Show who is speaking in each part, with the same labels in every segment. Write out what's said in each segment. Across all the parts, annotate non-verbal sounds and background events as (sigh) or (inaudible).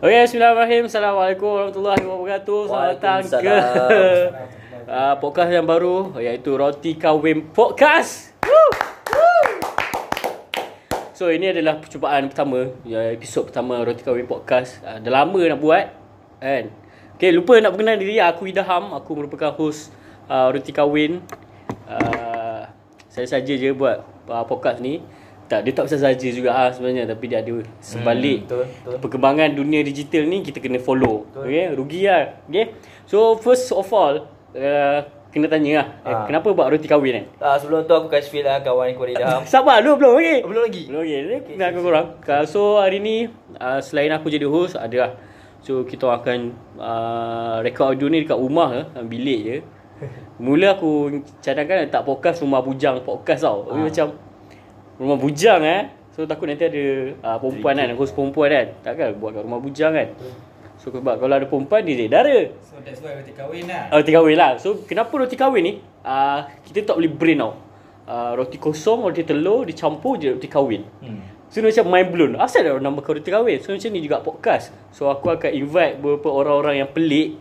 Speaker 1: Okey, bismillahirrahmanirrahim. Assalamualaikum warahmatullahi wabarakatuh. Selamat datang ke (laughs)
Speaker 2: Waalaikumsalam.
Speaker 1: uh, podcast yang baru iaitu Roti Kawin Podcast. Woo! Woo! So ini adalah percubaan pertama ya, Episod pertama Roti Kawin Podcast uh, Dah lama nak buat kan? Okay lupa nak perkenalan diri Aku Ida Ham Aku merupakan host uh, Roti Kawin uh, Saya saja je buat uh, podcast ni Tak dia tak pasal saja juga ah, sebenarnya Tapi dia ada sebalik
Speaker 2: Hmm, betul, betul.
Speaker 1: perkembangan dunia digital ni kita kena follow. Okey, rugi lah. Okey. So first of all, uh, kena tanya lah, eh,
Speaker 2: Ah.
Speaker 1: kenapa buat roti kahwin kan?
Speaker 2: Ah, sebelum tu aku kasih feel lah kawan aku
Speaker 1: (laughs)
Speaker 2: Ridham.
Speaker 1: Sabar dulu belum lagi.
Speaker 2: Oh, belum lagi?
Speaker 1: Belum lagi. Ni okay, nak korang. Ka- So hari ni uh, selain aku jadi host ada lah. So kita akan uh, record audio ni dekat rumah ke, dalam bilik je. Mula aku cadangkan letak podcast rumah bujang podcast tau. Tapi macam rumah bujang eh. So takut nanti ada uh, perempuan kan, host perempuan kan. Takkan buat kat rumah bujang kan. So sebab kalau ada perempuan dia jadi dara.
Speaker 3: So that's why roti kahwin lah.
Speaker 1: Ah, Roti kahwin lah. So kenapa roti kahwin ni? Uh, kita tak boleh brain tau. Uh, roti kosong, roti telur dicampur je roti kahwin. Hmm. So macam mind blown. Asal dah nama kau roti kahwin? So macam ni juga podcast. So aku akan invite beberapa orang-orang yang pelik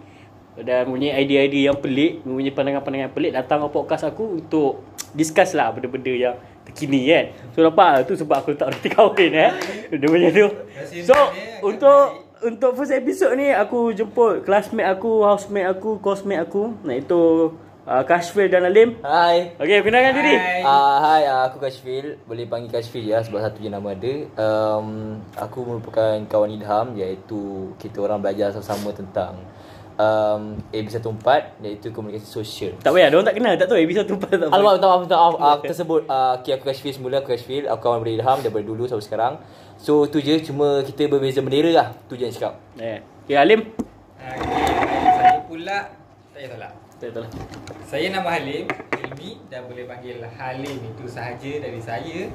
Speaker 1: dan punya idea-idea yang pelik, punya pandangan-pandangan yang pelik datang ke podcast aku untuk discuss lah benda-benda yang terkini kan. So nampak tak? tu sebab aku letak roti kahwin eh. Dia punya tu. So untuk untuk first episode ni aku jemput classmate aku, housemate aku, coursemate aku iaitu uh, Kashfil dan Alim.
Speaker 2: Hai.
Speaker 1: Okey, kenalkan diri.
Speaker 3: Hai.
Speaker 2: Ah, hai, ah, aku Kashfil. Boleh panggil Kashfil ya sebab satu je nama dia. Um, aku merupakan kawan Idham iaitu kita orang belajar sama-sama tentang um, AB14 iaitu komunikasi sosial.
Speaker 1: Tak payah, dia tak kenal, tak tahu episode tu (laughs) pasal tak apa.
Speaker 2: Alamak, minta maaf, minta maaf. Ah, Aku tersebut. Ah, okay, aku Kashfil semula, aku Kashfil. Aku kawan daripada Ilham daripada dulu sampai sekarang. So, tu je. Cuma kita berbeza bendera lah. Tu je yang cakap.
Speaker 1: Eh. Okey, Alim.
Speaker 3: Ah, Okay, saya pula tak payah salah.
Speaker 1: Tak tahu lah.
Speaker 3: Saya nama Halim, Hilmi dan boleh panggil Halim itu sahaja dari saya.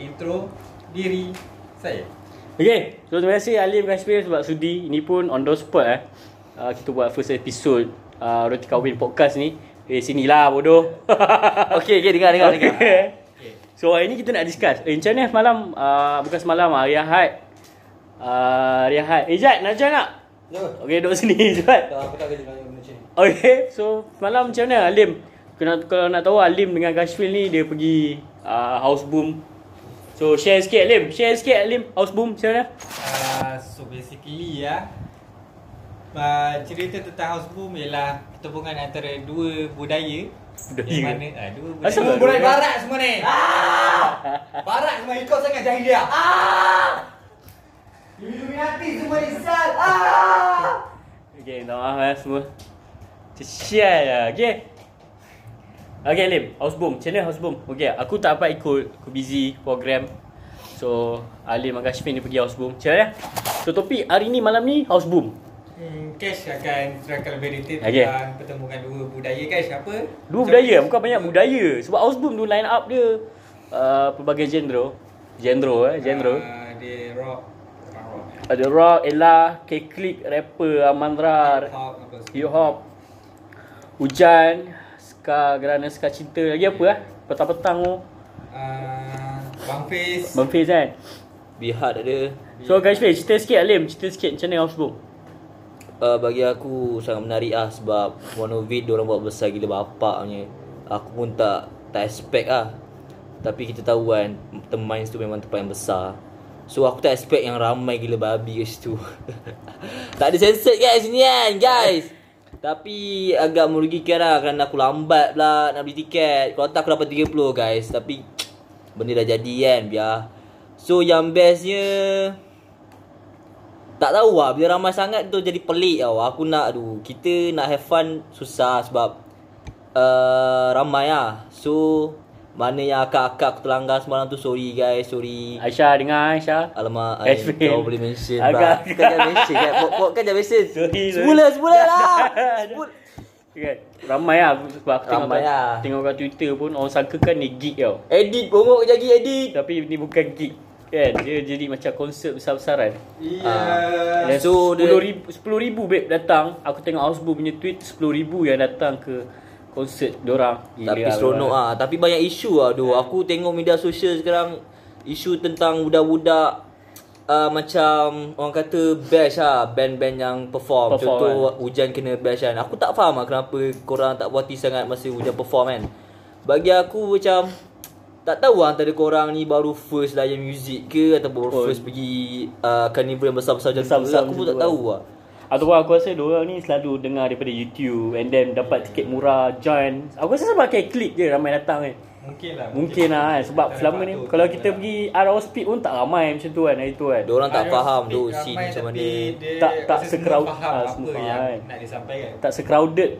Speaker 3: Intro diri saya.
Speaker 1: Okay, so terima kasih Alim Kashmir sebab sudi. Ini pun on the spot eh. Uh, kita buat first episode uh, Roti Kahwin Podcast ni. Eh, sinilah bodoh. (laughs)
Speaker 2: okay, okay. Dengar, dengar, dengar.
Speaker 1: okay. So, hari ni kita nak discuss. Eh, macam mana semalam, uh, bukan semalam, hari Ahad. Uh, hari Ahad. Eh, Jad, nak join tak? Okay, duduk sini, (laughs) Jad.
Speaker 3: Aku tak kerja banyak benda macam ni.
Speaker 1: Okay, so malam macam mana Alim? Kena, kalau nak tahu Alim dengan Kashfil ni dia pergi uh, house boom. So share sikit Alim, share sikit Alim house boom macam mana?
Speaker 3: Ah, so basically ya ah, cerita tentang house boom ialah pertemuan antara dua budaya
Speaker 1: Budaya.
Speaker 3: yang mana ah, dua budaya.
Speaker 1: Asal
Speaker 3: Dua
Speaker 1: budaya
Speaker 3: barat semua ni. Barat semua ikut sangat jahiliah. Ah! Illuminati semua Islam. Ah!
Speaker 1: Okay, minta maaf lah semua. Macam Share lah, okay? Okay Alim, house boom, macam mana house boom? Okay, aku tak dapat ikut, aku busy program. So Alim dengan Kashfil ni pergi house boom, macam mana? So topik hari ni malam ni house boom.
Speaker 3: Hmm, Cash akan cerahkan lebih
Speaker 1: Okey.
Speaker 3: detail okay. tentang pertemuan dua budaya Cash apa?
Speaker 1: Dua budaya, bukan banyak budaya. Sebab house boom tu line up dia uh, pelbagai genre. Genre eh, genre.
Speaker 3: Uh, dia rock, bukan rock.
Speaker 1: Ada rock, Ella, K-Click, rapper, Amandra,
Speaker 3: Hip-hop, apa semua.
Speaker 1: hip hop, hujan, ska, gerana, ska cinta, lagi apa eh? Petang-petang tu.
Speaker 3: Ah, Bang Fiz.
Speaker 1: Bang Fiz kan?
Speaker 2: Bihar ada.
Speaker 1: So guys, Fiz, cerita sikit Alim, cerita sikit macam mana house boom?
Speaker 2: Uh, bagi aku sangat menarik lah sebab one of it diorang buat besar gila bapak punya. Aku pun tak tak expect lah. Tapi kita tahu kan teman tu memang tempat yang besar. So aku tak expect yang ramai gila babi kat situ. (laughs) tak ada censored guys sini kan guys. Tapi agak merugikan lah kerana aku lambat pula nak beli tiket. Kalau tak aku dapat 30 guys. Tapi benda dah jadi kan biar. So yang bestnya tak tahu lah Bila ramai sangat tu jadi pelik tau Aku nak aduh Kita nak have fun Susah sebab uh, Ramai lah So Mana yang akak-akak aku terlanggar semalam tu Sorry guys Sorry
Speaker 1: Aisyah dengar Aisyah.
Speaker 2: Alamak
Speaker 1: Guys,
Speaker 2: I,
Speaker 1: fail.
Speaker 2: Kau boleh mention
Speaker 1: Agak-
Speaker 2: Agak Kau jangan mention kan Kau- Kau kan jangan mention
Speaker 1: Sorry, sorry.
Speaker 2: Semula Semula lah
Speaker 1: (laughs)
Speaker 2: Semula.
Speaker 1: Okay. Ramai lah aku- sebab aku tengok,
Speaker 2: Ramai
Speaker 1: kat,
Speaker 2: lah.
Speaker 1: tengok kat Twitter pun orang sangka kan ni geek tau.
Speaker 2: Edit bongok jadi edit
Speaker 1: Tapi ni bukan gig kan dia jadi macam konsert besar-besaran
Speaker 3: Yeah.
Speaker 1: dan so
Speaker 2: so dia-
Speaker 1: 10 ribu, 10 ribu babe datang aku tengok Houseboy punya tweet 10 ribu yang datang ke konsert diorang Gila lah. Ya.
Speaker 2: Tapi seronok
Speaker 1: diorang.
Speaker 2: ah. Tapi banyak isu ah. Aduh, aku tengok media sosial sekarang isu tentang budak-budak uh, macam orang kata bash lah band-band yang perform,
Speaker 1: Perform,
Speaker 2: contoh hujan kena bash kan aku tak faham lah kenapa korang tak puas hati sangat masa hujan perform kan bagi aku macam tak tahu lah antara korang ni baru first layan muzik ke ataupun
Speaker 1: Oh.
Speaker 2: oh. first pergi uh, carnival yang besar-besar macam tu
Speaker 1: Besar-besar
Speaker 2: aku pun
Speaker 1: macam
Speaker 2: tak
Speaker 1: tu
Speaker 2: tahu lah
Speaker 1: Ataupun aku rasa diorang ni selalu dengar daripada YouTube And then dapat tiket murah, join Aku rasa sebab kayak klik je ramai datang kan
Speaker 3: Mungkin lah
Speaker 1: Mungkin lah kan Sebab
Speaker 3: Kita
Speaker 1: selama ni
Speaker 3: nampak tu,
Speaker 1: Kalau
Speaker 3: mungkin
Speaker 1: kita
Speaker 3: lah.
Speaker 1: pergi RR Speed pun tak ramai macam tu kan Hari tu kan
Speaker 2: Diorang tak
Speaker 3: Ada
Speaker 2: faham
Speaker 3: speak
Speaker 2: tu
Speaker 3: ramai
Speaker 2: scene macam
Speaker 3: tapi
Speaker 2: mana
Speaker 3: dia
Speaker 1: Tak-
Speaker 3: rasa
Speaker 1: tak
Speaker 3: semua
Speaker 1: sekerau-
Speaker 3: faham
Speaker 1: ah,
Speaker 3: apa
Speaker 1: semua faham,
Speaker 3: yang
Speaker 1: kan.
Speaker 3: nak disampaikan
Speaker 1: Tak se-crowded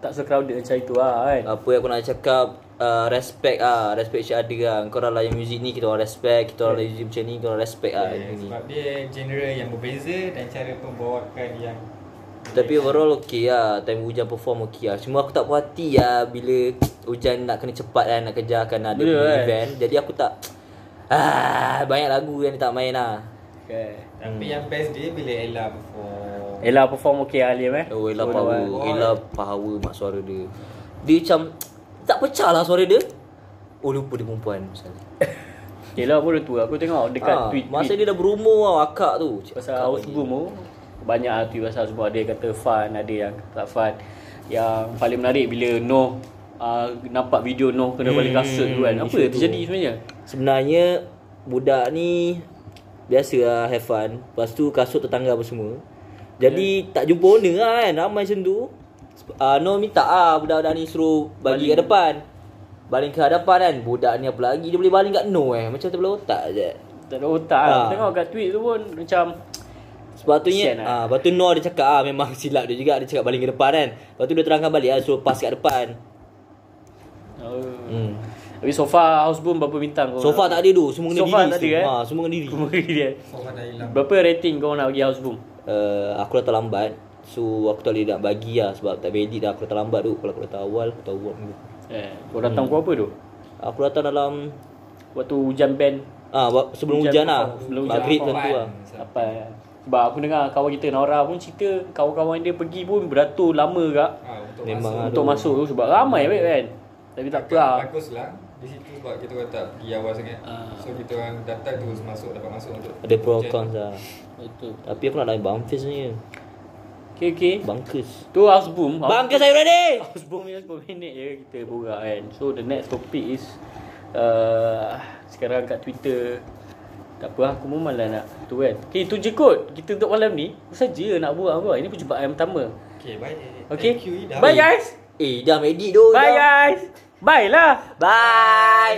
Speaker 1: Tak se-crowded macam itu lah kan
Speaker 2: apa yang aku nak cakap uh, respect ah respect each other lah korang layan muzik ni kita orang respect kita orang layan muzik macam ni kita orang respect ah
Speaker 3: Ya,
Speaker 2: yeah, ni
Speaker 3: Sebab dia genre yang berbeza dan cara pembawakan yang
Speaker 2: Tapi overall okey lah Time hujan perform okey lah Cuma aku tak puas hati lah Bila hujan nak kena cepat kan Nak kejar kan ada
Speaker 1: Betul,
Speaker 2: yeah,
Speaker 1: kan?
Speaker 2: event Jadi aku tak ah, Banyak lagu yang dia tak main lah
Speaker 1: okay.
Speaker 3: Tapi
Speaker 2: Hmm.
Speaker 3: yang best dia bila Ella perform
Speaker 1: Kan. Ella perform okay lah Alim eh
Speaker 2: Oh Ella
Speaker 1: So,
Speaker 2: power
Speaker 1: diorang-
Speaker 3: lawan.
Speaker 2: Ella power mak suara dia Dia macam Tak pecah lah suara dia Oh lupa dia perempuan misalnya
Speaker 1: Ella pun dah tua lah, Aku tengok dekat
Speaker 2: Ah,
Speaker 1: tweet
Speaker 2: Masa dia dah berumur lah akak tu Cik,
Speaker 1: Pasal
Speaker 2: akak
Speaker 1: house
Speaker 2: lagi.
Speaker 1: boom tu Banyak lah tweet pasal semua Ada yang kata fun Ada yang tak fun Yang paling menarik bila Noh uh, Nampak video Noh kena balik kasut tu kan Apa
Speaker 2: Hmm, isu
Speaker 1: yang
Speaker 2: tu.
Speaker 1: terjadi sebenarnya
Speaker 2: Sebenarnya budak ni biasa lah have fun. Lepas tu kasut tetangga apa semua.
Speaker 1: Ya.
Speaker 2: Jadi tak jumpa owner lah kan. Ramai macam tu. Uh, no minta ah budak-budak ni suruh
Speaker 1: Baling.
Speaker 2: bagi ke depan. Baling ke hadapan kan. Budak ni apa lagi dia boleh baling kat no eh. Macam terbelah otak je.
Speaker 1: Tak ada otak lah
Speaker 2: Ah.
Speaker 1: Tengok kat tweet tu pun Macam
Speaker 2: Sepatutnya
Speaker 1: Kesian
Speaker 2: ah
Speaker 1: lah.
Speaker 2: uh, lepas tu no dia cakap ah memang silap dia juga dia cakap baling ke depan kan. Lepas tu dia terangkan balik ah suruh pass kat depan.
Speaker 1: uh,
Speaker 2: Hmm.
Speaker 1: Tapi so far House boom berapa bintang kau
Speaker 2: Sofa tak ada tu, semua kena
Speaker 1: Oh. Sofa
Speaker 2: diri.
Speaker 1: tak ada,
Speaker 2: semua.
Speaker 1: eh?
Speaker 2: Ha, semua kena
Speaker 1: (laughs)
Speaker 2: diri.
Speaker 1: Aku bagi dia
Speaker 3: Perform ada Ella
Speaker 1: Berapa rating kau nak bagi House boom
Speaker 2: uh, aku datang lambat So aku tak boleh nak bagi lah sebab tak valid dah aku datang lambat tu Kalau aku datang awal, aku tahu awal minggu
Speaker 1: eh, Kau datang
Speaker 2: Hmm.
Speaker 1: kau apa tu
Speaker 2: Aku datang dalam
Speaker 1: Waktu hujan band
Speaker 2: ah wa- sebelum
Speaker 1: Hujan
Speaker 2: hujan, lah
Speaker 1: perform- sebelum hujan
Speaker 2: Maghrib
Speaker 3: perform
Speaker 2: tentu
Speaker 3: kan.
Speaker 2: lah
Speaker 1: Apa Sebab aku dengar kawan kita Nora pun cerita Kawan-kawan dia pergi pun beratur lama kak
Speaker 3: Ah, untuk
Speaker 2: Memang
Speaker 3: masuk
Speaker 2: Aduh.
Speaker 1: Untuk masuk tu sebab ramai baik kan Tapi tak apa lah
Speaker 3: Baguslah Di situ sebab kita orang tak pergi awal sangat
Speaker 1: Ah.
Speaker 3: So kita orang datang terus masuk Dapat masuk untuk
Speaker 2: Ada pro
Speaker 3: hujan.
Speaker 2: cons lah
Speaker 1: Betul
Speaker 2: Tapi aku nak lain Bangkes ni
Speaker 1: Okay okay
Speaker 2: Bangkes
Speaker 1: Tu house boom
Speaker 2: Bangkes saya ready
Speaker 1: House boom ni 10 minit je kita borak kan So the next topic is uh, Sekarang kat Twitter Tak apa lah, aku pun malas nak Tu kan Okay tu je kot Kita untuk malam ni Saja nak buat apa Ini perjumpaan pertama
Speaker 3: Okay bye
Speaker 1: Okay
Speaker 3: Thank you Ida
Speaker 1: Bye guys
Speaker 2: Eh dah edit tu
Speaker 1: Bye
Speaker 2: dah.
Speaker 1: guys Bye lah
Speaker 2: Bye